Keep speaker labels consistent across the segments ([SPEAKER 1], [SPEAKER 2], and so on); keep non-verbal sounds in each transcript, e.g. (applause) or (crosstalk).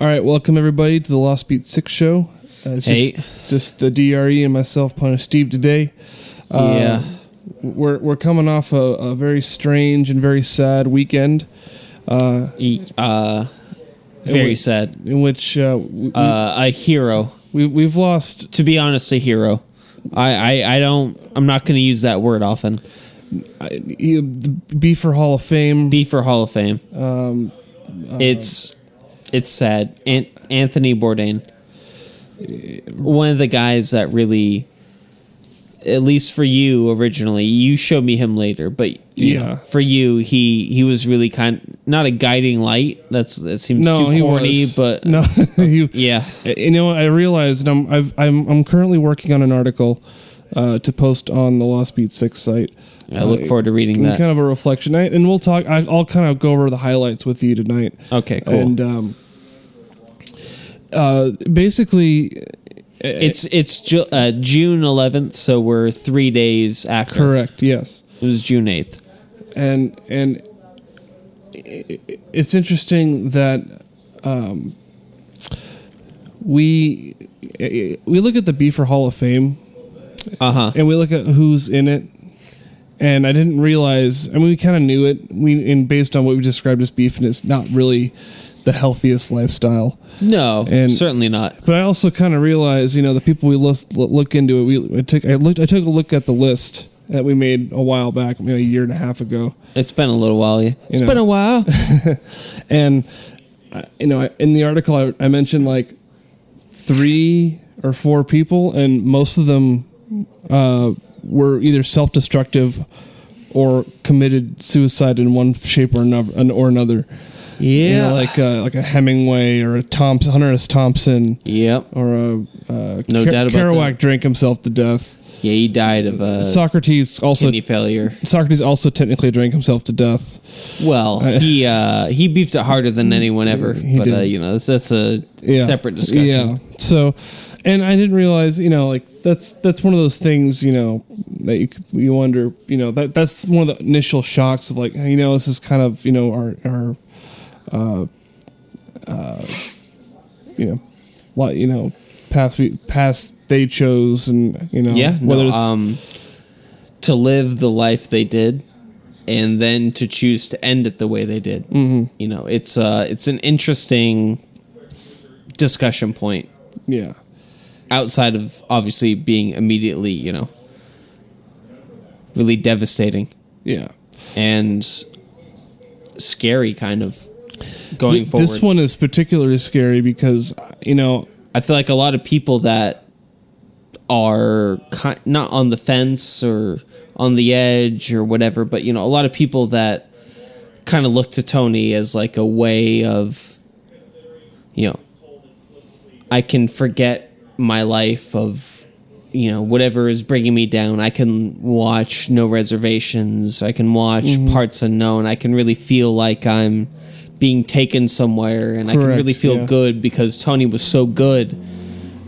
[SPEAKER 1] All right, welcome everybody to the Lost Beat Six show. Uh, it's
[SPEAKER 2] Hey.
[SPEAKER 1] just, just the DRE and myself, Punish Steve today.
[SPEAKER 2] yeah.
[SPEAKER 1] Um, We're we're coming off a, a very strange and very sad weekend
[SPEAKER 2] E-
[SPEAKER 1] we-
[SPEAKER 2] Uh, very sad.
[SPEAKER 1] in which uh, we,
[SPEAKER 2] Uh, a hero.
[SPEAKER 1] we we've lost
[SPEAKER 2] To be honest, a hero. I, I, I don't. I'm not going to use that word often.
[SPEAKER 1] uh, the Beaver Hall of Fame.
[SPEAKER 2] B for Hall of Fame. Um,
[SPEAKER 1] uh,
[SPEAKER 2] it's it's sad. An- Anthony Bourdain, one of the guys that really, at least for you originally, you showed me him later, but you
[SPEAKER 1] Yeah.
[SPEAKER 2] know, for you he he was really kind, not a guiding light. That's that seems
[SPEAKER 1] no,
[SPEAKER 2] too
[SPEAKER 1] he
[SPEAKER 2] corny,
[SPEAKER 1] was.
[SPEAKER 2] but
[SPEAKER 1] (laughs)
[SPEAKER 2] uh,
[SPEAKER 1] no, he,
[SPEAKER 2] yeah,
[SPEAKER 1] You know, I realized I'm I've, I'm I'm currently working on an article uh, to post on the Lost Beat Six site. Uh,
[SPEAKER 2] I look forward to reading that.
[SPEAKER 1] kind of a reflection night, and we'll talk. I, I'll kind of go over the highlights with you tonight.
[SPEAKER 2] Okay, cool.
[SPEAKER 1] And um, uh, basically,
[SPEAKER 2] it's it's ju- uh, June 11th, so we're three days after.
[SPEAKER 1] correct. Yes,
[SPEAKER 2] It was June 8th.
[SPEAKER 1] and and i- i- it's interesting that um, we i- i- we look at the Beaver Hall of Fame
[SPEAKER 2] Uh huh.
[SPEAKER 1] and we look at who's in it. And I didn't realize. I mean, we kind of knew it. We and based on what we described as beef, and it's not really the healthiest lifestyle.
[SPEAKER 2] No,
[SPEAKER 1] And-
[SPEAKER 2] certainly not.
[SPEAKER 1] But I also kind of realized, you know, the people we list, look into it. We I took I looked I took a look at the list that we made a while back, you know, a year and a half ago,
[SPEAKER 2] It's been a little while. Yeah. It's
[SPEAKER 1] know.
[SPEAKER 2] been a while.
[SPEAKER 1] and I- you know, I- in the article I, I mentioned like three or four people, and most of them uh, were either self-destructive or committed suicide in one shape or another. Or another. (laughs)
[SPEAKER 2] Yeah.
[SPEAKER 1] You know, like uh, like a Hemingway or a Thompson, Hunter S. Thompson.
[SPEAKER 2] yep.
[SPEAKER 1] Or a uh,
[SPEAKER 2] No doubt about
[SPEAKER 1] Kerouac drank himself to death.
[SPEAKER 2] Yeah, he died of a
[SPEAKER 1] Socrates also
[SPEAKER 2] kidney failure.
[SPEAKER 1] Socrates also technically drank himself to death. (laughs)
[SPEAKER 2] Well, he uh, he beefed it harder than anyone ever.
[SPEAKER 1] He
[SPEAKER 2] but uh,
[SPEAKER 1] did.
[SPEAKER 2] you know, that's, that's a separate discussion.
[SPEAKER 1] Yeah. So, and I didn't realize, you know, like that's that's one of those things, you know, that you could- you wonder, you know, that that's one of the initial shocks of like, you know, this is kind of, you know, our our, uh, uh, you know, what you know, past we past they chose and you know,
[SPEAKER 2] Yeah, no,
[SPEAKER 1] whether it's
[SPEAKER 2] um, to live the life they did, and then to choose to end it the way they did. Mm-hmm. You know, it's uh, it's an interesting discussion point
[SPEAKER 1] yeah.
[SPEAKER 2] outside of obviously being immediately, you know, really devastating
[SPEAKER 1] Yeah.
[SPEAKER 2] and scary, kind of going
[SPEAKER 1] Th-
[SPEAKER 2] forward.
[SPEAKER 1] This one is particularly scary because you know
[SPEAKER 2] I feel like a lot of people that are ki- not on the fence or on the edge or whatever, but you know, a lot of people that kind of look to Tony as like a way of, you know, I can forget my life of, you know, whatever is bringing me down. I can watch No Reservations. I can watch
[SPEAKER 1] Mm-hmm.
[SPEAKER 2] Parts Unknown. I can really feel like I'm being taken somewhere and I can
[SPEAKER 1] Correct,
[SPEAKER 2] really feel
[SPEAKER 1] yeah.
[SPEAKER 2] good because Tony was so good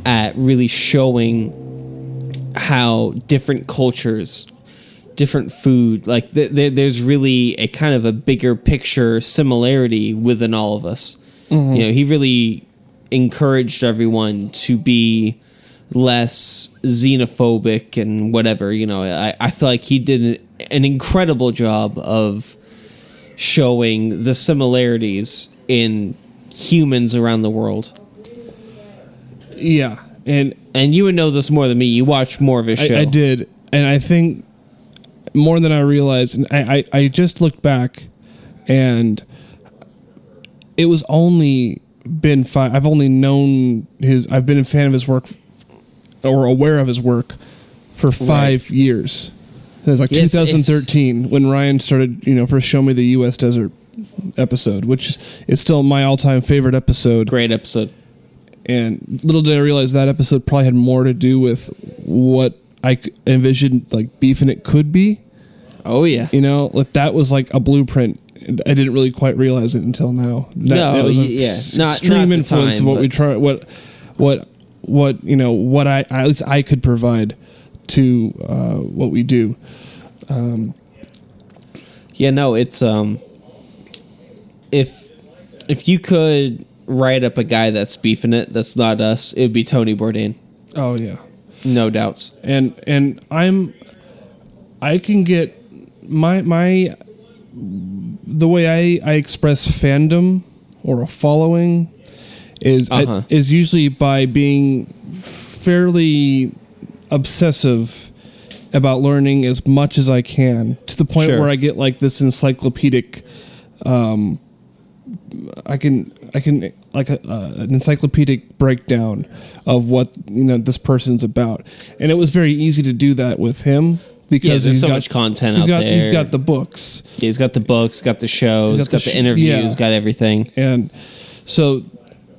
[SPEAKER 2] at really showing how different cultures different food like th- there there's really a kind of a bigger picture similarity within all of us
[SPEAKER 1] Mm-hmm.
[SPEAKER 2] you know he really encouraged everyone to be less xenophobic and whatever you know i, I feel like he did an, an incredible job of showing the similarities in humans around the world
[SPEAKER 1] yeah and
[SPEAKER 2] and you would know this more than me you watch more of his show
[SPEAKER 1] I, I did, and I think more than I realized. And I, I, I just looked back, and it was only been five. I've only known his. I've been a fan of his work, or aware of his work, for five years. It was like
[SPEAKER 2] Yeah, it's- it's-
[SPEAKER 1] 2013 when Ryan started, you know, first show me the U.S. desert episode, which is still my all-time favorite episode
[SPEAKER 2] great episode
[SPEAKER 1] and little did I realize that episode probably had more to do with what I c- envisioned like beef and it could be.
[SPEAKER 2] oh yeah
[SPEAKER 1] You know, like that was like a blueprint. And I didn't really quite realize it until now. That,
[SPEAKER 2] No,
[SPEAKER 1] that was
[SPEAKER 2] y- yeah.
[SPEAKER 1] s-
[SPEAKER 2] Not-
[SPEAKER 1] extreme
[SPEAKER 2] not the
[SPEAKER 1] influence
[SPEAKER 2] time,
[SPEAKER 1] of what
[SPEAKER 2] but-
[SPEAKER 1] we try, what, what, what you know, what I at least I could provide to uh, what we do.
[SPEAKER 2] Yeah, no, it's um if if you could write up a guy that's beefing it, that's not us, it would be Tony Bourdain.
[SPEAKER 1] Oh yeah,
[SPEAKER 2] No doubts.
[SPEAKER 1] and and I'm I can get my my the way I I express fandom or a following is
[SPEAKER 2] Uh-huh.
[SPEAKER 1] is usually by being fairly obsessive about learning as much as I can to the point
[SPEAKER 2] Sure.
[SPEAKER 1] where I get like this encyclopedic I can I can like a, uh, an encyclopedic breakdown of what you know this person's about, and it was very easy to do that with him
[SPEAKER 2] Yeah,
[SPEAKER 1] because
[SPEAKER 2] there's
[SPEAKER 1] he's
[SPEAKER 2] so
[SPEAKER 1] got-
[SPEAKER 2] much content
[SPEAKER 1] he's
[SPEAKER 2] out
[SPEAKER 1] got,
[SPEAKER 2] there.
[SPEAKER 1] He's got the books,
[SPEAKER 2] Yeah, he's got the books, got the shows,
[SPEAKER 1] He's
[SPEAKER 2] got,
[SPEAKER 1] got the
[SPEAKER 2] the,
[SPEAKER 1] sh-
[SPEAKER 2] interviews,
[SPEAKER 1] yeah.
[SPEAKER 2] got everything.
[SPEAKER 1] and so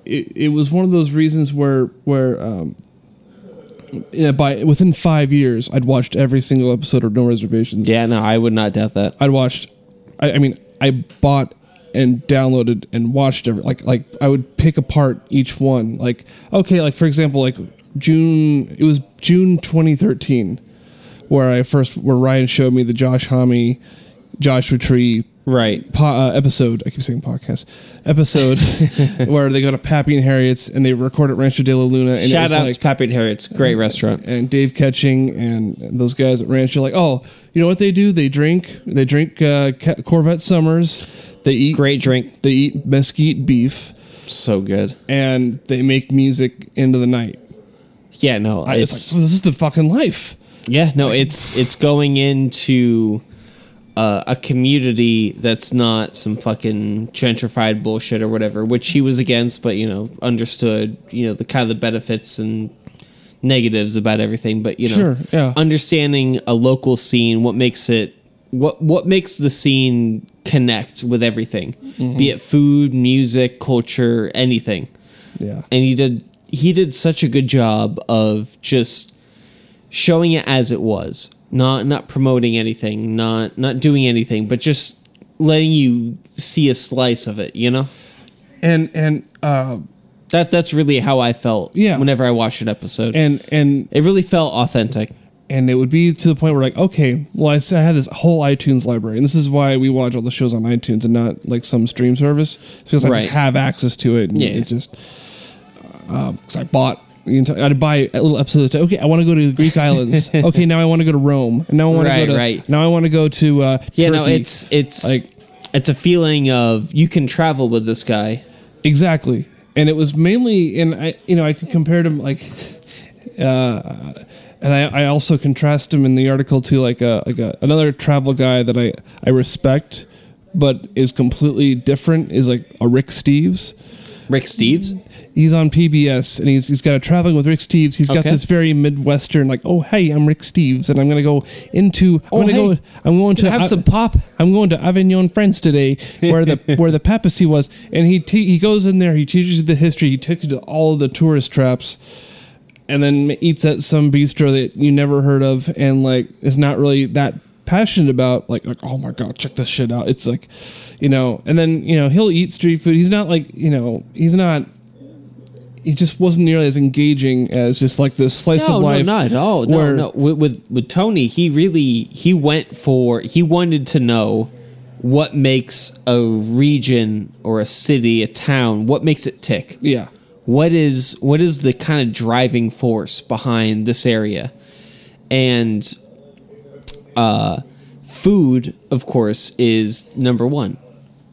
[SPEAKER 1] it, it was one of those reasons where where um, you know, by within five years I'd watched every single episode of No Reservations.
[SPEAKER 2] Yeah, no, I would not doubt that.
[SPEAKER 1] I'd watched. I, I mean, I bought and downloaded and watched every like like I would pick apart each one. Like okay, like for example, like June. It was June 2013 where I first where Ryan showed me the Josh Homme, Joshua Tree
[SPEAKER 2] Right.
[SPEAKER 1] po- uh, episode. I keep saying podcast
[SPEAKER 2] (laughs)
[SPEAKER 1] episode where they go to Pappy and Harriet's and they record at Rancho de la Luna. And
[SPEAKER 2] Shout
[SPEAKER 1] it was
[SPEAKER 2] out
[SPEAKER 1] like,
[SPEAKER 2] to Pappy and Harriet's, great restaurant.
[SPEAKER 1] and Dave Ketching and those guys at Ranch are like, oh, you know what they do? They drink. They drink uh, Ca- Corvette Summers. They eat.
[SPEAKER 2] Great drink,
[SPEAKER 1] They eat mesquite beef,
[SPEAKER 2] so good.
[SPEAKER 1] and they make music into the night.
[SPEAKER 2] Yeah, no,
[SPEAKER 1] I, it's,
[SPEAKER 2] it's
[SPEAKER 1] like, this is the fucking life.
[SPEAKER 2] yeah, no, it's it's going into uh, a community that's not some fucking gentrified bullshit or whatever, which he was against, but you know understood, you know the kind of the benefits and negatives about everything, but you know,
[SPEAKER 1] Sure, yeah.
[SPEAKER 2] understanding a local scene, what makes it, what what makes the scene connect with everything,
[SPEAKER 1] Mm-hmm.
[SPEAKER 2] be it food, music, culture, anything.
[SPEAKER 1] Yeah.
[SPEAKER 2] and he did he did such a good job of just showing it as it was not not promoting anything not not doing anything but just letting you see a slice of it you know
[SPEAKER 1] And and uh,
[SPEAKER 2] that that's really how i felt
[SPEAKER 1] Yeah.
[SPEAKER 2] whenever i watched an episode
[SPEAKER 1] and and
[SPEAKER 2] it really felt authentic
[SPEAKER 1] and it would be to the point where like okay well i, s- I had this whole itunes library and this is why we watch all the shows on itunes and not like some stream service It's because i
[SPEAKER 2] Right.
[SPEAKER 1] just have access to it and
[SPEAKER 2] Yeah.
[SPEAKER 1] it just because i bought the entire, I'd buy a little episode. of- Okay, I want to go to the Greek islands.
[SPEAKER 2] (laughs)
[SPEAKER 1] Okay, now I want to go to Rome. And now I want
[SPEAKER 2] Right,
[SPEAKER 1] to go to.
[SPEAKER 2] right.
[SPEAKER 1] Now I want to go to. Uh,
[SPEAKER 2] yeah no
[SPEAKER 1] Turkey.
[SPEAKER 2] it's it's
[SPEAKER 1] Like-
[SPEAKER 2] it's a feeling of you can travel with this guy
[SPEAKER 1] Exactly. And it was mainly and I you know, I could compare him like uh and I, I also contrast him in the article to like a like a, another travel guy that I, I respect but is completely different is like a Rick Steves.
[SPEAKER 2] rick steves
[SPEAKER 1] He's on PBS and he's he's got a traveling with Rick Steves. He's got
[SPEAKER 2] Okay.
[SPEAKER 1] this very midwestern like, oh hey, I'm Rick Steves and I'm gonna go into I'm gonna
[SPEAKER 2] Oh, hey,
[SPEAKER 1] go I'm going to
[SPEAKER 2] have
[SPEAKER 1] I-
[SPEAKER 2] some pop
[SPEAKER 1] I'm going to Avignon, France today, where
[SPEAKER 2] (laughs)
[SPEAKER 1] the where the papacy was, and he te- he goes in there, he teaches you the history, he takes you to all the tourist traps, and then eats at some bistro that you never heard of, and like is not really that passionate about, like like oh my god, check this shit out, it's like, you know, and then you know he'll eat street food, he's not like you know he's not. He just wasn't nearly as engaging as just like this slice
[SPEAKER 2] no,
[SPEAKER 1] of life.
[SPEAKER 2] No, not at all. No,
[SPEAKER 1] where-
[SPEAKER 2] no. With, with with Tony, he really he went for he wanted to know what makes a region or a city, a town, what makes it tick.
[SPEAKER 1] Yeah.
[SPEAKER 2] What is what is the kind of driving force behind this area? And uh food, of course, is number 1.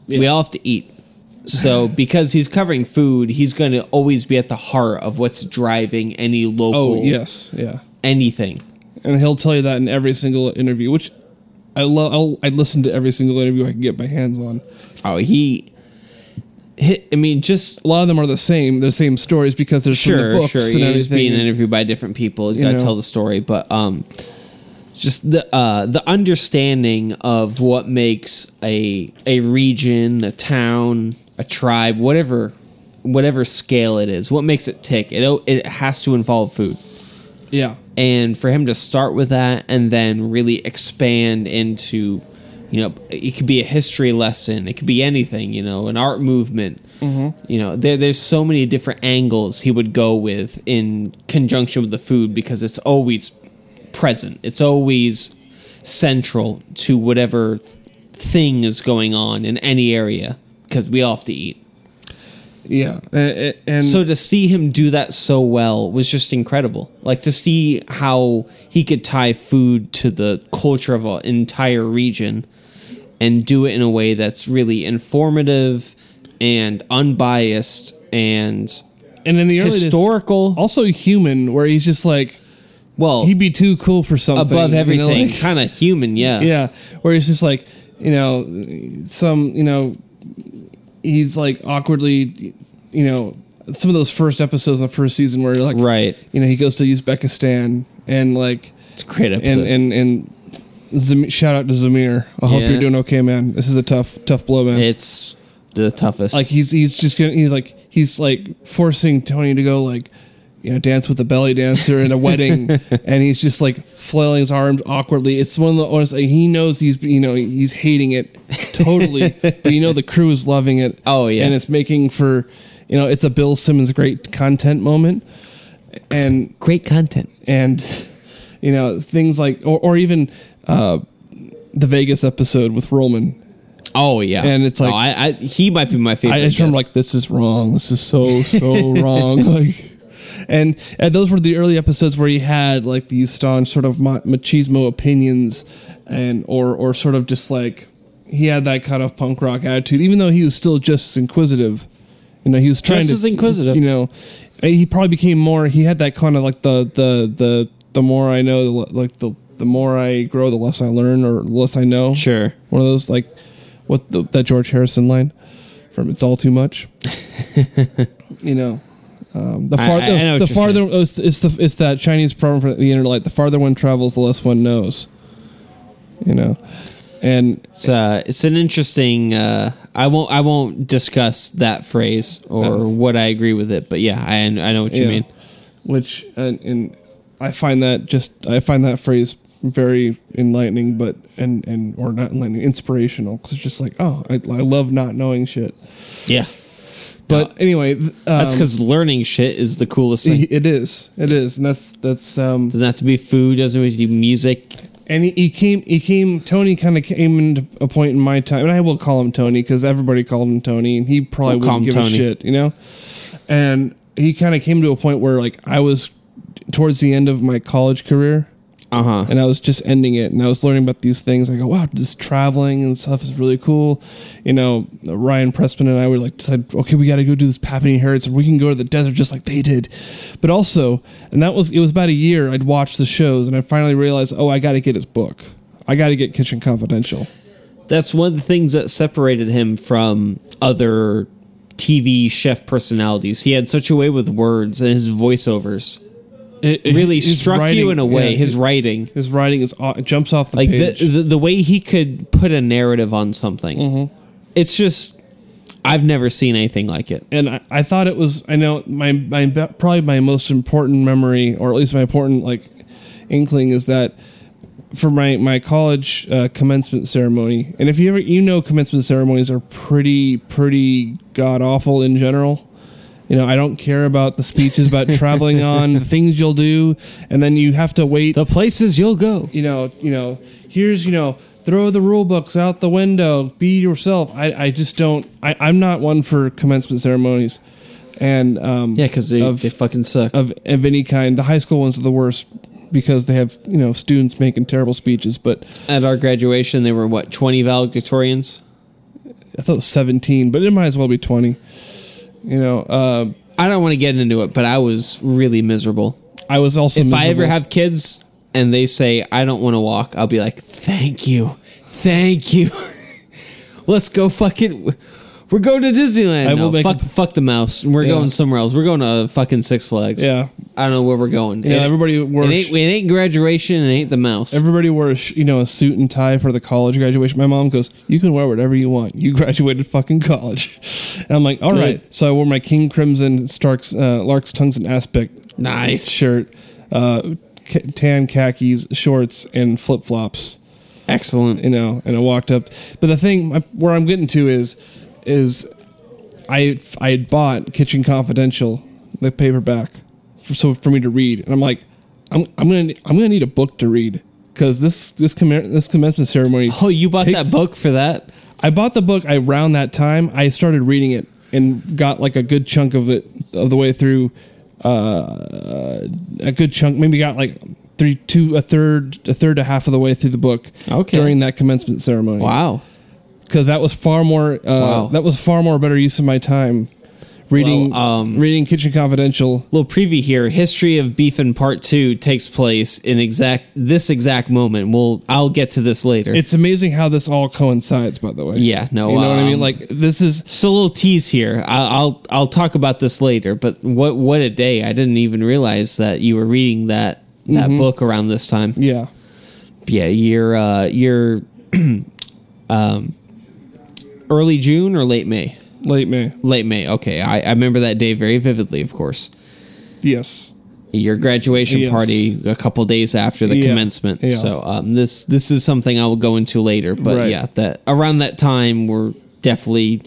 [SPEAKER 2] We all have to eat.
[SPEAKER 1] (laughs)
[SPEAKER 2] So because he's covering food, he's going to always be at the heart of what's driving any
[SPEAKER 1] Oh
[SPEAKER 2] local
[SPEAKER 1] yes. Yeah.
[SPEAKER 2] anything.
[SPEAKER 1] and he'll tell you that in every single interview, which I love. I listen to every single interview I can get my hands on.
[SPEAKER 2] Oh, he. hi I mean, just
[SPEAKER 1] A lot of them are the same, the same stories because they're from
[SPEAKER 2] sure,
[SPEAKER 1] the books
[SPEAKER 2] sure.
[SPEAKER 1] and
[SPEAKER 2] He was
[SPEAKER 1] everything.
[SPEAKER 2] being interviewed by different people. You got to
[SPEAKER 1] know.
[SPEAKER 2] tell the story, but um, just the uh, the understanding of what makes a a region, a town, a tribe, whatever, whatever scale it is, what makes it tick. It o- it has to involve food.
[SPEAKER 1] yeah,
[SPEAKER 2] and for him to start with that and then really expand into you know it could be a history lesson it could be anything you know an art movement you know there, there's so many different angles he would go with in conjunction with the food because it's always present it's always central to whatever thing is going on in any area because we all have to eat
[SPEAKER 1] yeah, and, and
[SPEAKER 2] So to see him do that so well was just incredible. Like to see how he could tie food to the culture of an entire region and do it in a way that's really informative and unbiased and
[SPEAKER 1] and in the early days-
[SPEAKER 2] historical.
[SPEAKER 1] also human, where he's just like
[SPEAKER 2] well,
[SPEAKER 1] he'd be too cool for something
[SPEAKER 2] above
[SPEAKER 1] you know,
[SPEAKER 2] everything,
[SPEAKER 1] like-
[SPEAKER 2] kind of human, yeah.
[SPEAKER 1] (laughs) yeah where it's just like you know some you know he's like awkwardly you know some of those first episodes in the first season where like
[SPEAKER 2] Right.
[SPEAKER 1] you know he goes to uzbekistan and like
[SPEAKER 2] It's a great episode.
[SPEAKER 1] and and and Zam- shout out to zamir i hope
[SPEAKER 2] Yeah.
[SPEAKER 1] you're doing okay man this is a tough tough blow man
[SPEAKER 2] it's the toughest.
[SPEAKER 1] like he's he's just gonna he's like he's like forcing Tony to go like you know dance with a belly dancer in a
[SPEAKER 2] (laughs)
[SPEAKER 1] wedding, and he's just like flailing his arms awkwardly. It's one of the honestly he knows he's you know he's hating it totally, but you know the crew is loving it.
[SPEAKER 2] (laughs) Oh, yeah.
[SPEAKER 1] and it's making for you know it's a Bill Simmons great content moment, and
[SPEAKER 2] great content.
[SPEAKER 1] and you know things like or or even uh, the Vegas episode with Roman.
[SPEAKER 2] Oh yeah,
[SPEAKER 1] And it's like-
[SPEAKER 2] Oh, I, I, he might be my favorite.
[SPEAKER 1] I just remember
[SPEAKER 2] guest.
[SPEAKER 1] like this is wrong. This is so
[SPEAKER 2] (laughs)
[SPEAKER 1] so wrong. Like, and and those were the early episodes where he had like these staunch sort of ma- machismo opinions, and or or sort of just like he had that kind of punk rock attitude, even though he was still just as inquisitive. You know, he was trying
[SPEAKER 2] Just
[SPEAKER 1] to
[SPEAKER 2] as inquisitive.
[SPEAKER 1] You know, and he probably became more. He had that kind of like the the the the more I know, the le- like the the more I grow, the less I learn, or the less I know
[SPEAKER 2] sure.
[SPEAKER 1] one of those like what the, that George Harrison line from "It's All Too Much."
[SPEAKER 2] (laughs)
[SPEAKER 1] you know, um, the,
[SPEAKER 2] I-
[SPEAKER 1] far,
[SPEAKER 2] I- I know what
[SPEAKER 1] the
[SPEAKER 2] you're
[SPEAKER 1] farther oh, it's, it's the it's that Chinese proverb for the inner light. The farther one travels, the less one knows. You know, and
[SPEAKER 2] It's uh, it's an interesting. Uh, I won't I won't discuss that phrase or what I agree with it, but yeah, I I know what you
[SPEAKER 1] Oh. yeah,
[SPEAKER 2] mean.
[SPEAKER 1] which and, and I find that just I find that phrase very enlightening, but and and or not enlightening, inspirational because it's just like oh, I, I love not knowing shit.
[SPEAKER 2] Yeah,
[SPEAKER 1] But anyway, th-
[SPEAKER 2] that's
[SPEAKER 1] um,
[SPEAKER 2] because learning shit is the coolest thing.
[SPEAKER 1] It is. It is, and that's that's. Um,
[SPEAKER 2] doesn't have to be food. Doesn't have to be music.
[SPEAKER 1] and he, he came. He came. Tony kind of came into a point in my time, and I will call him Tony because everybody called him Tony, and he probably
[SPEAKER 2] We'll call
[SPEAKER 1] wouldn't give
[SPEAKER 2] him
[SPEAKER 1] a
[SPEAKER 2] Tony.
[SPEAKER 1] shit, you know. And he kind of came to a point where, like, I was towards the end of my college career,
[SPEAKER 2] Uh huh.
[SPEAKER 1] and I was just ending it, and I was learning about these things. I go, wow, this traveling and stuff is really cool. You know, Ryan Pressman and I were like, decided, okay, we got to go do this Papini Heritage, and we can go to the desert just like they did. But also, and that was it was about a year. I'd watched the shows, and I finally realized, oh, I got to get his book. I got to get Kitchen Confidential.
[SPEAKER 2] That's one of the things that separated him from other TV chef personalities. He had such a way with words and his voiceovers
[SPEAKER 1] It,
[SPEAKER 2] really struck you in a way. his
[SPEAKER 1] his
[SPEAKER 2] writing.
[SPEAKER 1] his writing is aw- it jumps off the
[SPEAKER 2] like the,
[SPEAKER 1] page.
[SPEAKER 2] the the way he could put a narrative on something it's just i've never seen anything like it
[SPEAKER 1] and I, I thought it was I know my my be- probably my most important memory or at least my important like inkling is that for my my college uh, commencement ceremony and if you ever you know commencement ceremonies are pretty pretty god awful in general you know I don't care about the speeches about traveling on the things you'll do and then you have to wait
[SPEAKER 2] the places you'll go
[SPEAKER 1] you know, you know, here's, you know, throw the rule books out the window, be yourself. I, I just don't, I, I'm not one for commencement ceremonies and, um,
[SPEAKER 2] yeah because they,
[SPEAKER 1] Of-
[SPEAKER 2] they fucking suck
[SPEAKER 1] of, of any kind. The high school ones are the worst because they have, you know, students making terrible speeches, but
[SPEAKER 2] at our graduation they were what 20 valedictorians
[SPEAKER 1] I thought it was 17, but it might as well be 20. You know, uh,
[SPEAKER 2] i don't want to get into it but i was really miserable
[SPEAKER 1] I was also,
[SPEAKER 2] if i ever
[SPEAKER 1] miserable.
[SPEAKER 2] have kids and they say i don't want to walk i'll be like thank you thank you (laughs) let's go fucking we're going to Disneyland.
[SPEAKER 1] I
[SPEAKER 2] I
[SPEAKER 1] will
[SPEAKER 2] will
[SPEAKER 1] make a-
[SPEAKER 2] fuck, fuck the mouse. We're
[SPEAKER 1] Yeah.
[SPEAKER 2] going somewhere else. We're going to fucking Six Flags.
[SPEAKER 1] yeah,
[SPEAKER 2] I don't know where we're going.
[SPEAKER 1] you know,
[SPEAKER 2] It-
[SPEAKER 1] everybody
[SPEAKER 2] It
[SPEAKER 1] works.
[SPEAKER 2] ain't, it ain't graduation. It ain't the mouse.
[SPEAKER 1] Everybody wore, a sh- you know, a suit and tie for the college graduation. My mom goes, "You can wear whatever you want. You (laughs) graduated fucking college." And I'm like, "All
[SPEAKER 2] Good.
[SPEAKER 1] right." So I wore my King Crimson Stark's uh, Lark's Tongues and Aspect
[SPEAKER 2] nice,
[SPEAKER 1] shirt, uh, ca- tan khakis, shorts, and flip flops
[SPEAKER 2] excellent.
[SPEAKER 1] you know and i walked up but the thing where i'm getting to is is i i had bought kitchen confidential the paperback for, so for me to read and i'm like i'm i'm gonna i'm gonna need a book to read because this this commer this commencement ceremony
[SPEAKER 2] Oh, you bought
[SPEAKER 1] takes-
[SPEAKER 2] that book for that?
[SPEAKER 1] i bought the book around that time i started reading it and got like a good chunk of it of the way through. Uh, a good chunk, maybe got like three, two, a third, a third to half of the way through the book.
[SPEAKER 2] Okay.
[SPEAKER 1] During that commencement ceremony
[SPEAKER 2] Wow.
[SPEAKER 1] because that was far more uh,
[SPEAKER 2] Wow.
[SPEAKER 1] that was far more better use of my time reading
[SPEAKER 2] Well, um,
[SPEAKER 1] reading Kitchen Confidential.
[SPEAKER 2] Little preview here. History of Beef and Part Two takes place in exact this exact moment. We'll I'll get to this later.
[SPEAKER 1] It's amazing how this all coincides. By the way,
[SPEAKER 2] Yeah, no,
[SPEAKER 1] you know what I mean.
[SPEAKER 2] um,
[SPEAKER 1] Like this is
[SPEAKER 2] Just a little tease here. I- I'll I'll talk about this later. But what what a day! I didn't even realize that you were reading that that book around this time.
[SPEAKER 1] yeah,
[SPEAKER 2] Yeah, you're uh, you're (clears throat) um, early June or late May.
[SPEAKER 1] late May.
[SPEAKER 2] Late May. Okay, I, I remember that day very vividly. Of course,
[SPEAKER 1] Yes,
[SPEAKER 2] your graduation
[SPEAKER 1] Yes.
[SPEAKER 2] party a couple days after the
[SPEAKER 1] Yeah,
[SPEAKER 2] commencement.
[SPEAKER 1] yeah.
[SPEAKER 2] So um, this this is something I will go into later. But
[SPEAKER 1] Right.
[SPEAKER 2] yeah, that around that time we're definitely,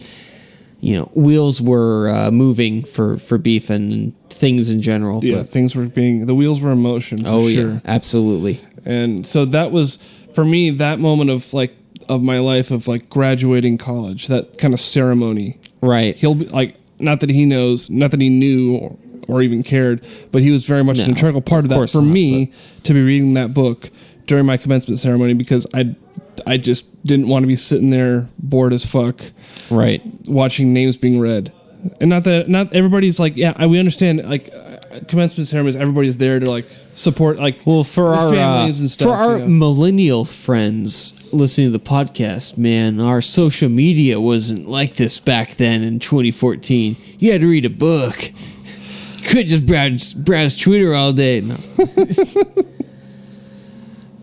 [SPEAKER 2] you know, wheels were uh, moving for for beef and things in general.
[SPEAKER 1] yeah.
[SPEAKER 2] But,
[SPEAKER 1] things were being the wheels were in motion. For
[SPEAKER 2] oh
[SPEAKER 1] sure.
[SPEAKER 2] yeah, absolutely.
[SPEAKER 1] and so that was for me that moment of like of my life of like graduating college. That kind of ceremony.
[SPEAKER 2] Right.
[SPEAKER 1] he'll be like not that he knows not that he knew or, or even cared but he was very much an
[SPEAKER 2] No,
[SPEAKER 1] integral part of,
[SPEAKER 2] of
[SPEAKER 1] that
[SPEAKER 2] course
[SPEAKER 1] for
[SPEAKER 2] not,
[SPEAKER 1] me to be reading that book during my commencement ceremony because i i just didn't want to be sitting there bored as fuck
[SPEAKER 2] Right.
[SPEAKER 1] watching names being read and not that not everybody's like yeah I, we understand like uh, commencement ceremonies everybody's there to like support like
[SPEAKER 2] Well, for
[SPEAKER 1] the
[SPEAKER 2] our uh,
[SPEAKER 1] families and stuff
[SPEAKER 2] for our
[SPEAKER 1] you know.
[SPEAKER 2] millennial friends listening to the podcast, man, our social media wasn't like this back then in 2014. You had to read a book. You could just browse browse Twitter all day. No. (laughs)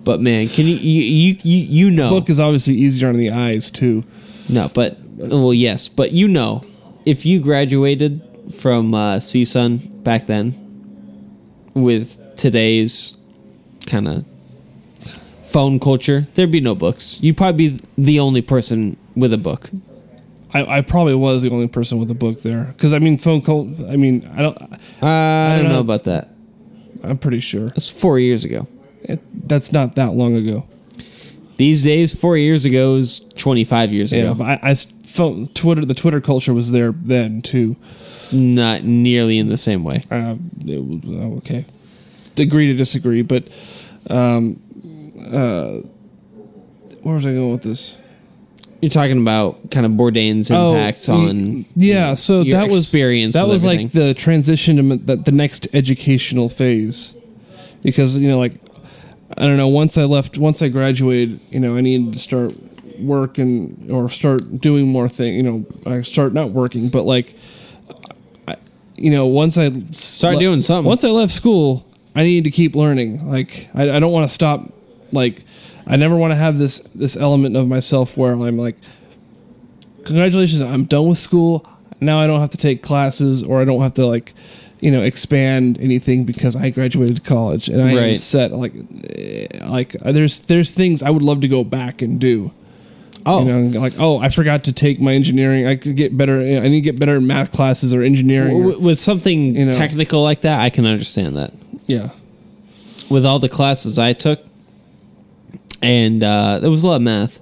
[SPEAKER 2] but man, can you you you you, you know
[SPEAKER 1] book is obviously easier on the eyes too
[SPEAKER 2] no, but well, yes, but you know, if you graduated from uh, CSUN back then with today's kind of phone culture, there'd be no books. You'd probably be the only person with a book.
[SPEAKER 1] I, I probably was the only person with a book there because I mean phone call I mean I don't
[SPEAKER 2] Uh, I
[SPEAKER 1] don't
[SPEAKER 2] don't know
[SPEAKER 1] know.
[SPEAKER 2] about that.
[SPEAKER 1] I'm pretty sure.
[SPEAKER 2] That's four years ago.
[SPEAKER 1] It, that's not that long ago.
[SPEAKER 2] These days, four years ago is twenty-five years
[SPEAKER 1] Yeah,
[SPEAKER 2] ago.
[SPEAKER 1] but I, I s- felt Twitter. The Twitter culture was there then too.
[SPEAKER 2] Not nearly in the same way.
[SPEAKER 1] Uh, it was, oh, okay, agree to disagree, but um, uh, where was I going with this?
[SPEAKER 2] You're talking about kind of Bourdain's impacts
[SPEAKER 1] Oh, y-
[SPEAKER 2] on
[SPEAKER 1] yeah. So
[SPEAKER 2] your
[SPEAKER 1] that was
[SPEAKER 2] experience
[SPEAKER 1] That
[SPEAKER 2] with
[SPEAKER 1] was like
[SPEAKER 2] everything.
[SPEAKER 1] the transition to m- the, the next educational phase, because you know, like I don't know. Once I left, once I graduated, you know, I needed to start work and or start doing more thing. You know, I start not working, but like, I, you know, once I start
[SPEAKER 2] doing something.
[SPEAKER 1] Once I left school, I needed to keep learning. Like, I, I don't want to stop. Like, I never want to have this this element of myself where I'm like congratulations i'm done with school now i don't have to take classes or i don't have to like you know expand anything because i graduated college and i am
[SPEAKER 2] Right.
[SPEAKER 1] set like eh, like uh, there's there's things i would love to go back and do
[SPEAKER 2] oh
[SPEAKER 1] you know like oh i forgot to take my engineering i could get better i need to get better in math classes or engineering or-
[SPEAKER 2] W- with something
[SPEAKER 1] know.
[SPEAKER 2] technical like that, I can understand that.
[SPEAKER 1] yeah
[SPEAKER 2] With all the classes I took, and uh, there was a lot of math,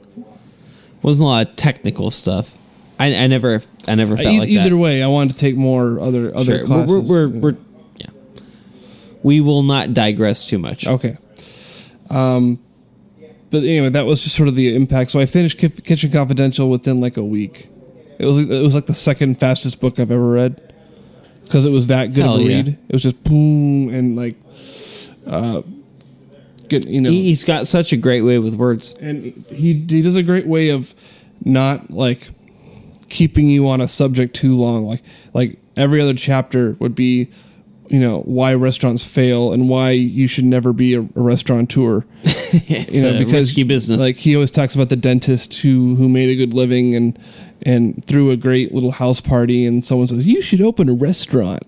[SPEAKER 2] wasn't a lot of technical stuff. I, I never, I never felt
[SPEAKER 1] E-
[SPEAKER 2] like
[SPEAKER 1] either
[SPEAKER 2] that.
[SPEAKER 1] way i wanted to take more other other
[SPEAKER 2] Sure.
[SPEAKER 1] classes
[SPEAKER 2] We're, we're, we're, we're- yeah. We will not digress too much.
[SPEAKER 1] Okay. Um, but anyway, that was just sort of the impact. So I finished Ki- Kitchen Confidential within like a week. It was it was like the second fastest book I've ever read because it was that good
[SPEAKER 2] Hell
[SPEAKER 1] of a
[SPEAKER 2] yeah.
[SPEAKER 1] read. It was just boom and like, uh, get you know,
[SPEAKER 2] He, has got such a great way with words.
[SPEAKER 1] (laughs) and he he does a great way of not like keeping you on a subject too long like like every other chapter would be you know why restaurants fail and why you should never be a, a restaurateur
[SPEAKER 2] It's
[SPEAKER 1] you know
[SPEAKER 2] a
[SPEAKER 1] because
[SPEAKER 2] risky business.
[SPEAKER 1] like he always talks about the dentist who who made a good living and and threw a great little house party and someone says you should open a restaurant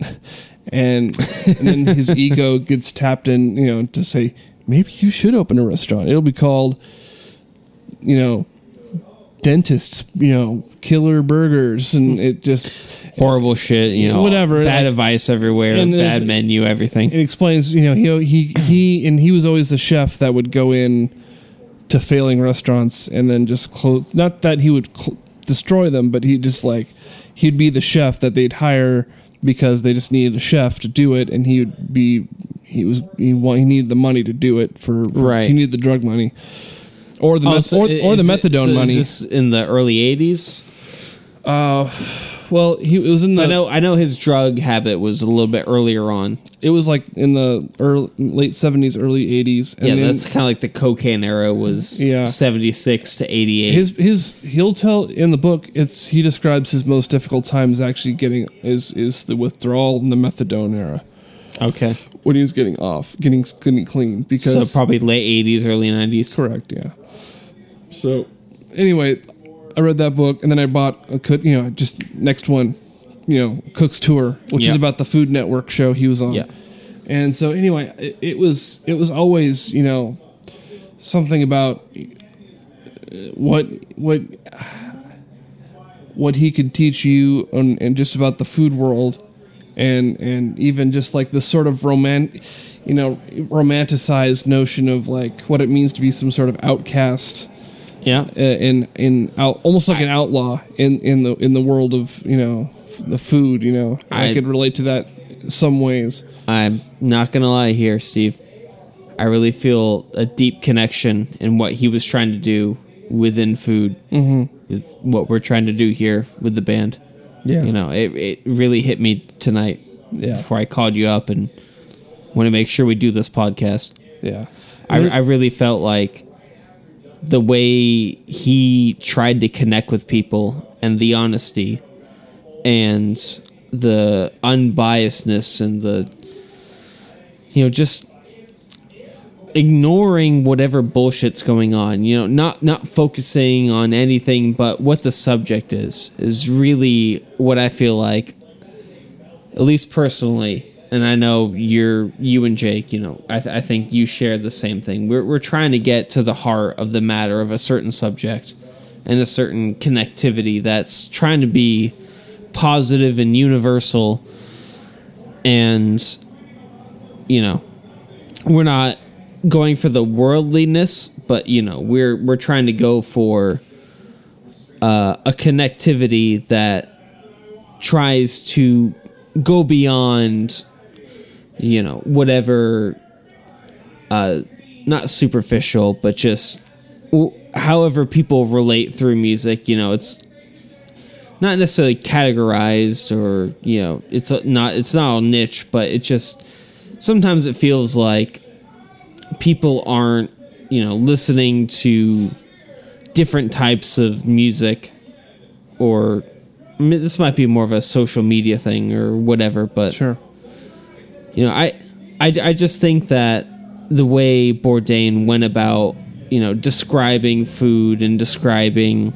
[SPEAKER 1] and, and then
[SPEAKER 2] (laughs)
[SPEAKER 1] his ego gets tapped in you know to say maybe you should open a restaurant it'll be called you know dentists you know killer burgers and it just
[SPEAKER 2] horrible shit, you know,
[SPEAKER 1] Whatever,
[SPEAKER 2] bad
[SPEAKER 1] like-
[SPEAKER 2] advice everywhere,
[SPEAKER 1] And there's-
[SPEAKER 2] bad menu,
[SPEAKER 1] it
[SPEAKER 2] everything.
[SPEAKER 1] explains you know he he he and he was always the chef that would go in to failing restaurants and then just close not that he would cl- destroy them but he just like he'd be the chef that they'd hire because they just needed a chef to do it, and he would be he was he wa- he needed the money to do it for, for-
[SPEAKER 2] Right.
[SPEAKER 1] He needed the drug money or the
[SPEAKER 2] Oh,
[SPEAKER 1] meth-
[SPEAKER 2] so
[SPEAKER 1] or,
[SPEAKER 2] i-
[SPEAKER 1] or the
[SPEAKER 2] is it-
[SPEAKER 1] methadone
[SPEAKER 2] so is
[SPEAKER 1] money.
[SPEAKER 2] this in the early '80s.
[SPEAKER 1] well, he it was in
[SPEAKER 2] So
[SPEAKER 1] the
[SPEAKER 2] I know I know his drug habit was a little bit earlier on.
[SPEAKER 1] it was like in the early, late seventies, early eighties.
[SPEAKER 2] yeah, that's kind of like the cocaine era was
[SPEAKER 1] Yeah.
[SPEAKER 2] '76 to '88.
[SPEAKER 1] his his he'll tell in the book it's he describes his most difficult times actually getting is is the withdrawal in the methadone era
[SPEAKER 2] okay,
[SPEAKER 1] when he was getting off getting getting clean
[SPEAKER 2] so
[SPEAKER 1] because
[SPEAKER 2] probably late '80s, early '90s.
[SPEAKER 1] correct yeah so anyway i read that book and then i bought a cook you know just next one you know cook's tour which
[SPEAKER 2] Yeah.
[SPEAKER 1] is about the food network show he was on
[SPEAKER 2] Yeah.
[SPEAKER 1] and so anyway it, it was it was always you know something about uh, what what what he could teach you on, and just about the food world and and even just like this sort of roman you know romanticized notion of like what it means to be some sort of outcast
[SPEAKER 2] Yeah,
[SPEAKER 1] uh, in in out, almost like an outlaw in in the in the world of you know the food you know I,
[SPEAKER 2] I-
[SPEAKER 1] could relate to that some ways
[SPEAKER 2] I'm not gonna lie here, Steve. I really feel a deep connection in what he was trying to do within food, mm-hmm. with what we're trying to do here with the band.
[SPEAKER 1] Yeah.
[SPEAKER 2] you know, it it really hit me tonight.
[SPEAKER 1] Yeah.
[SPEAKER 2] before I called you up and want to make sure we do this podcast.
[SPEAKER 1] yeah
[SPEAKER 2] I, I really felt like the way he tried to connect with people and the honesty and the unbiasedness and the you know just ignoring whatever bullshit's going on you know not not focusing on anything but what the subject is is really what i feel like at least personally, and I know you're you and Jake. You know, I, th- I think you share the same thing. We're we're trying to get to the heart of the matter of a certain subject and a certain connectivity that's trying to be positive and universal, and you know, we're not going for the worldliness, but you know, we're we're trying to go for. Uh, a connectivity that tries to go beyond you know whatever uh not superficial but just w- however people relate through music you know it's not necessarily categorized or you know it's a, not it's not all niche but it just sometimes it feels like people aren't you know listening to different types of music or I mean, this might be more of a social media thing or whatever, but
[SPEAKER 1] sure
[SPEAKER 2] you know, I, I, I just think that the way Bourdain went about, you know, describing food and describing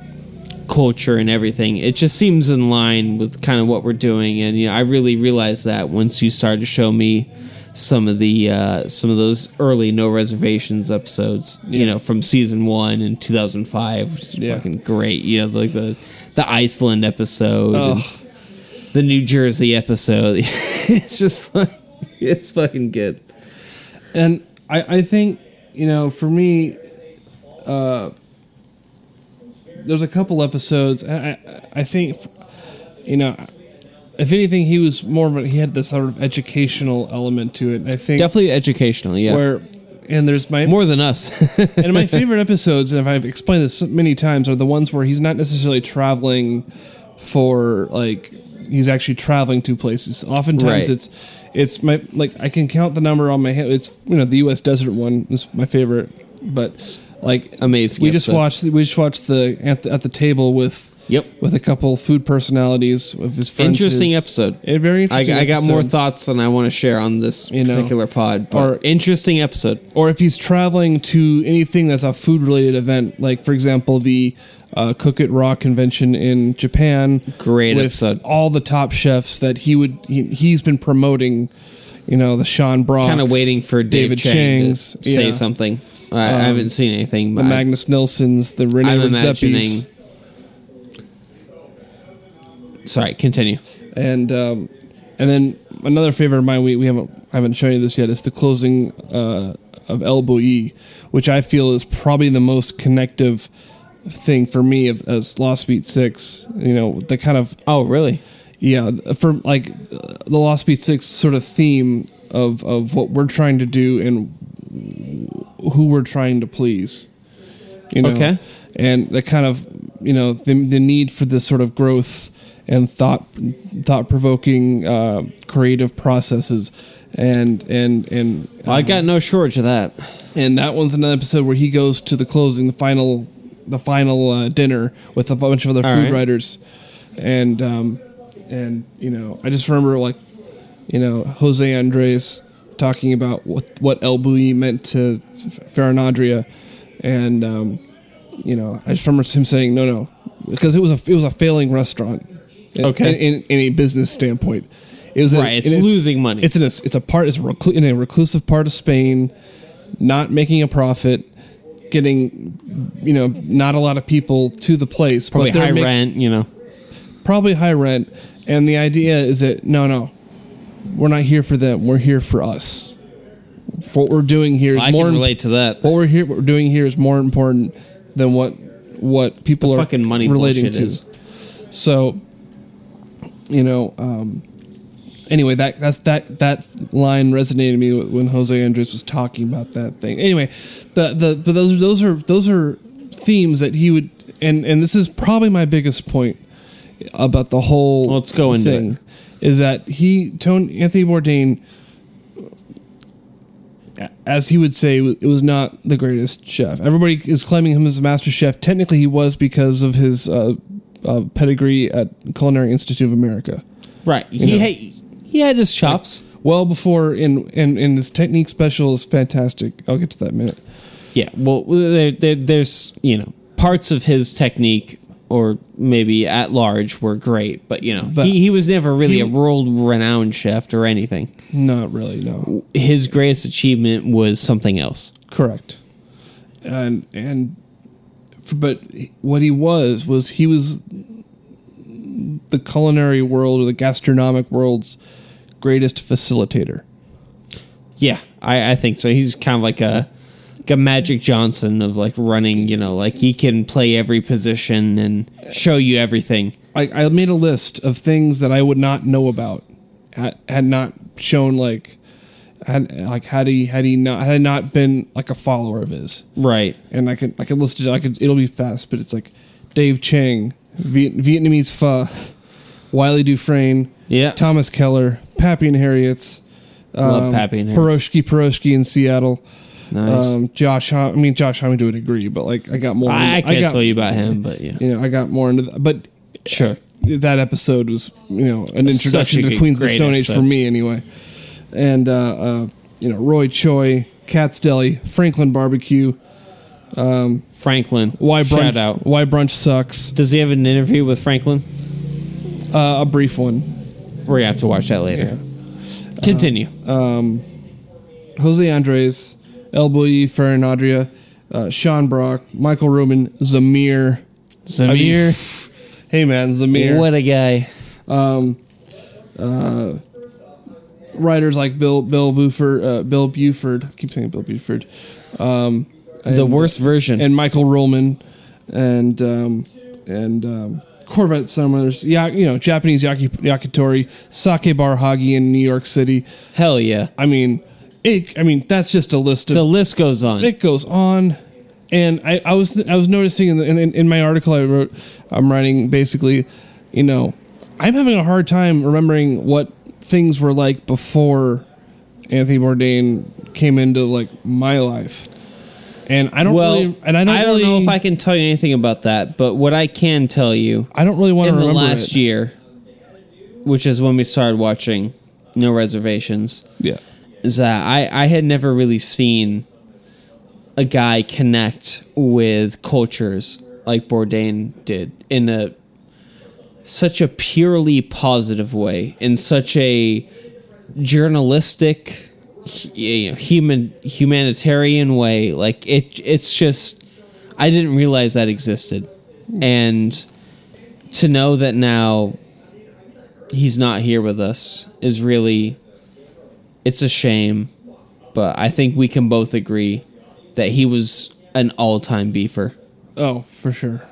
[SPEAKER 2] culture and everything, it just seems in line with kind of what we're doing. And you know, I really realized that once you started to show me some of the uh, some of those early no reservations episodes, you know, from season one in two thousand five, which is
[SPEAKER 1] Yeah.
[SPEAKER 2] fucking great. You know, like the the Iceland episode. and-
[SPEAKER 1] Ugh.
[SPEAKER 2] the New Jersey episode. (laughs) it's just like it's fucking good.
[SPEAKER 1] and I, I think you know for me uh, there's a couple episodes and I, I think you know if anything he was more of a, he had this sort of educational element to it i think
[SPEAKER 2] Definitely educational, yeah.
[SPEAKER 1] where and there's my
[SPEAKER 2] More than us. (laughs)
[SPEAKER 1] and my favorite episodes, and if I've explained this many times, are the ones where he's not necessarily traveling for like he's actually traveling to places. Oftentimes,
[SPEAKER 2] Right.
[SPEAKER 1] it's it's my like I can count the number on my hand. It's you know the U.S. desert one is my favorite, but like um,
[SPEAKER 2] Amazing
[SPEAKER 1] We just
[SPEAKER 2] episode.
[SPEAKER 1] watched we just watched the at the, at the table with.
[SPEAKER 2] Yep.
[SPEAKER 1] with a couple food personalities of his friends.
[SPEAKER 2] Interesting
[SPEAKER 1] his-
[SPEAKER 2] episode.
[SPEAKER 1] A very
[SPEAKER 2] I,
[SPEAKER 1] interesting
[SPEAKER 2] I got more
[SPEAKER 1] episode.
[SPEAKER 2] thoughts than I want to share on this
[SPEAKER 1] You know,
[SPEAKER 2] particular pod. But
[SPEAKER 1] or-
[SPEAKER 2] interesting episode.
[SPEAKER 1] or if he's traveling to anything that's a food related event, like for example the uh, Cook It Raw convention in Japan.
[SPEAKER 2] Great
[SPEAKER 1] with
[SPEAKER 2] episode.
[SPEAKER 1] All the top chefs that he would he, he's been promoting, you know the Sean Brock,
[SPEAKER 2] Kind of waiting for Dave
[SPEAKER 1] David
[SPEAKER 2] Chang
[SPEAKER 1] Chang's,
[SPEAKER 2] to say
[SPEAKER 1] yeah, Um,
[SPEAKER 2] something. I, I haven't seen anything,
[SPEAKER 1] the
[SPEAKER 2] but I,
[SPEAKER 1] Magnus Nilssons, the Rene
[SPEAKER 2] I'm imagining.
[SPEAKER 1] Redzepi's,
[SPEAKER 2] Sorry, continue.
[SPEAKER 1] and um, and then another favorite of mine we, we haven't I haven't shown you this yet is the closing E, uh, of El Bulli, which I feel is probably the most connective thing for me of, as Lost Beat Six. You know, the kind of
[SPEAKER 2] Oh, really?
[SPEAKER 1] yeah for like uh, the Lost Beat Six sort of theme of of what we're trying to do and who we're trying to please. You know,
[SPEAKER 2] Okay.
[SPEAKER 1] and the kind of you know the the need for this sort of growth and thought thought provoking uh, creative processes. And and and
[SPEAKER 2] Well, I got no shortage of that.
[SPEAKER 1] and that one's another episode where he goes to the closing, the final, the final uh, dinner with a bunch of other
[SPEAKER 2] All
[SPEAKER 1] food
[SPEAKER 2] right.
[SPEAKER 1] writers, and um, and you know, I just remember like, you know, Jose Andres talking about what what El Bulli meant to Farinandria, and um, you know, I just remember him saying no, no, because it was a it was a failing restaurant. in-
[SPEAKER 2] Okay.
[SPEAKER 1] in, in, in a business standpoint, it was a-
[SPEAKER 2] Right, it's
[SPEAKER 1] and
[SPEAKER 2] losing money.
[SPEAKER 1] It's in a it's a part it's a reclu- in a reclusive part of Spain not making a profit, getting you know not a lot of people to the place,
[SPEAKER 2] Probably
[SPEAKER 1] but they're
[SPEAKER 2] high
[SPEAKER 1] ma-
[SPEAKER 2] rent, you know.
[SPEAKER 1] probably high rent. And the idea is that no, no, we're not here for them. We're here for us. For what we're doing here is
[SPEAKER 2] I
[SPEAKER 1] more.
[SPEAKER 2] can relate to that.
[SPEAKER 1] What we're here, what we're doing here is more important than what what people are
[SPEAKER 2] fucking money
[SPEAKER 1] relating
[SPEAKER 2] bullshit
[SPEAKER 1] to.
[SPEAKER 2] is.
[SPEAKER 1] So, you know. Um, Anyway, that that's that that line resonated me when Jose Andres was talking about that thing. Anyway, the the but those are those are those are themes that he would and and this is probably my biggest point about the whole
[SPEAKER 2] Let's go into
[SPEAKER 1] thing is that he Tony Anthony Bourdain as he would say it was not the greatest chef. Everybody is claiming him as a master chef. Technically he was because of his uh, uh, pedigree at Culinary Institute of America.
[SPEAKER 2] Right. He,
[SPEAKER 1] know.
[SPEAKER 2] had, he had his chops.
[SPEAKER 1] Well before in and and his technique special is fantastic. I'll get to that in a minute.
[SPEAKER 2] Yeah, well, there, there, there's you know parts of his technique, or maybe at large, were great, but you know
[SPEAKER 1] But
[SPEAKER 2] he, he was never really
[SPEAKER 1] he-
[SPEAKER 2] a world renowned chef or anything.
[SPEAKER 1] Not really, no.
[SPEAKER 2] His greatest achievement was something else.
[SPEAKER 1] Correct. And and f- but what he was was he was the culinary world or the gastronomic world's greatest facilitator.
[SPEAKER 2] Yeah, I, I think so. He's kind of like a like a Magic Johnson of like running. You know, like he can play every position and show you everything.
[SPEAKER 1] I, I made a list of things that I would not know about had, had not shown like had like had he had he not had I not been like a follower of his.
[SPEAKER 2] Right.
[SPEAKER 1] and I can I can list it. I could it'll be fast, but it's like Dave Chang, Viet, Vietnamese Pho, Wiley Dufresne,
[SPEAKER 2] Yeah.
[SPEAKER 1] Thomas Keller, Pappy and Harriet's,
[SPEAKER 2] Love
[SPEAKER 1] Um,
[SPEAKER 2] Pappy and Harriet's.
[SPEAKER 1] Hiroshki Hiroshki in Seattle,
[SPEAKER 2] Nice.
[SPEAKER 1] um, Josh. Hom- I mean Josh Homme to a degree, but like I got more.
[SPEAKER 2] I, I can't
[SPEAKER 1] got,
[SPEAKER 2] tell you about him, but yeah,
[SPEAKER 1] You know, I got more into that, but
[SPEAKER 2] sure.
[SPEAKER 1] that episode was you know an
[SPEAKER 2] Such a
[SPEAKER 1] introduction to
[SPEAKER 2] good-
[SPEAKER 1] the Queens of the
[SPEAKER 2] great
[SPEAKER 1] Stone Age for
[SPEAKER 2] episode.
[SPEAKER 1] me anyway, and uh, uh, you know Roy Choi, Cat's Deli, Franklin Barbecue.
[SPEAKER 2] Franklin.
[SPEAKER 1] Why brunch?
[SPEAKER 2] shout out?
[SPEAKER 1] Why brunch sucks?
[SPEAKER 2] Does he have an interview with Franklin?
[SPEAKER 1] Uh, a brief one.
[SPEAKER 2] We're gonna have to watch that later. Continue.
[SPEAKER 1] Uh, Jose Andres, El Bulli, Ferran Adria, uh, Sean Brock, Michael Roman, Zamir. I mean, hey man, Zamir.
[SPEAKER 2] what a guy.
[SPEAKER 1] Writers like Bill Bill Buford, uh, Bill Buford. I keep saying Bill Buford.
[SPEAKER 2] the worst version.
[SPEAKER 1] and Michael Rollman, and um, and um, Corvette Summers. Yeah, you know Japanese yaki, yakitori, sake bar hagi in New York City.
[SPEAKER 2] Hell yeah.
[SPEAKER 1] I mean, it, I mean that's just a list of
[SPEAKER 2] The list goes on.
[SPEAKER 1] it goes on and I, I was I was noticing in, the, in in my article I wrote I'm writing basically you know I'm having a hard time remembering what things were like before Anthony Bourdain came into like my life and I don't
[SPEAKER 2] Well,
[SPEAKER 1] really and I don't, really,
[SPEAKER 2] know if I can tell you anything about that, but what I can tell you
[SPEAKER 1] I don't really want to
[SPEAKER 2] in the
[SPEAKER 1] remember
[SPEAKER 2] last
[SPEAKER 1] it.
[SPEAKER 2] year, which is when we started watching No Reservations,
[SPEAKER 1] yeah
[SPEAKER 2] is that I, I had never really seen a guy connect with cultures like Bourdain did in a such a purely positive way, in such a journalistic, hu- you know, human humanitarian way. Like it, it's just I didn't realize that existed, and to know that now he's not here with us is really it's a shame, but I think we can both agree that he was an all-time beefer.
[SPEAKER 1] Oh, for sure.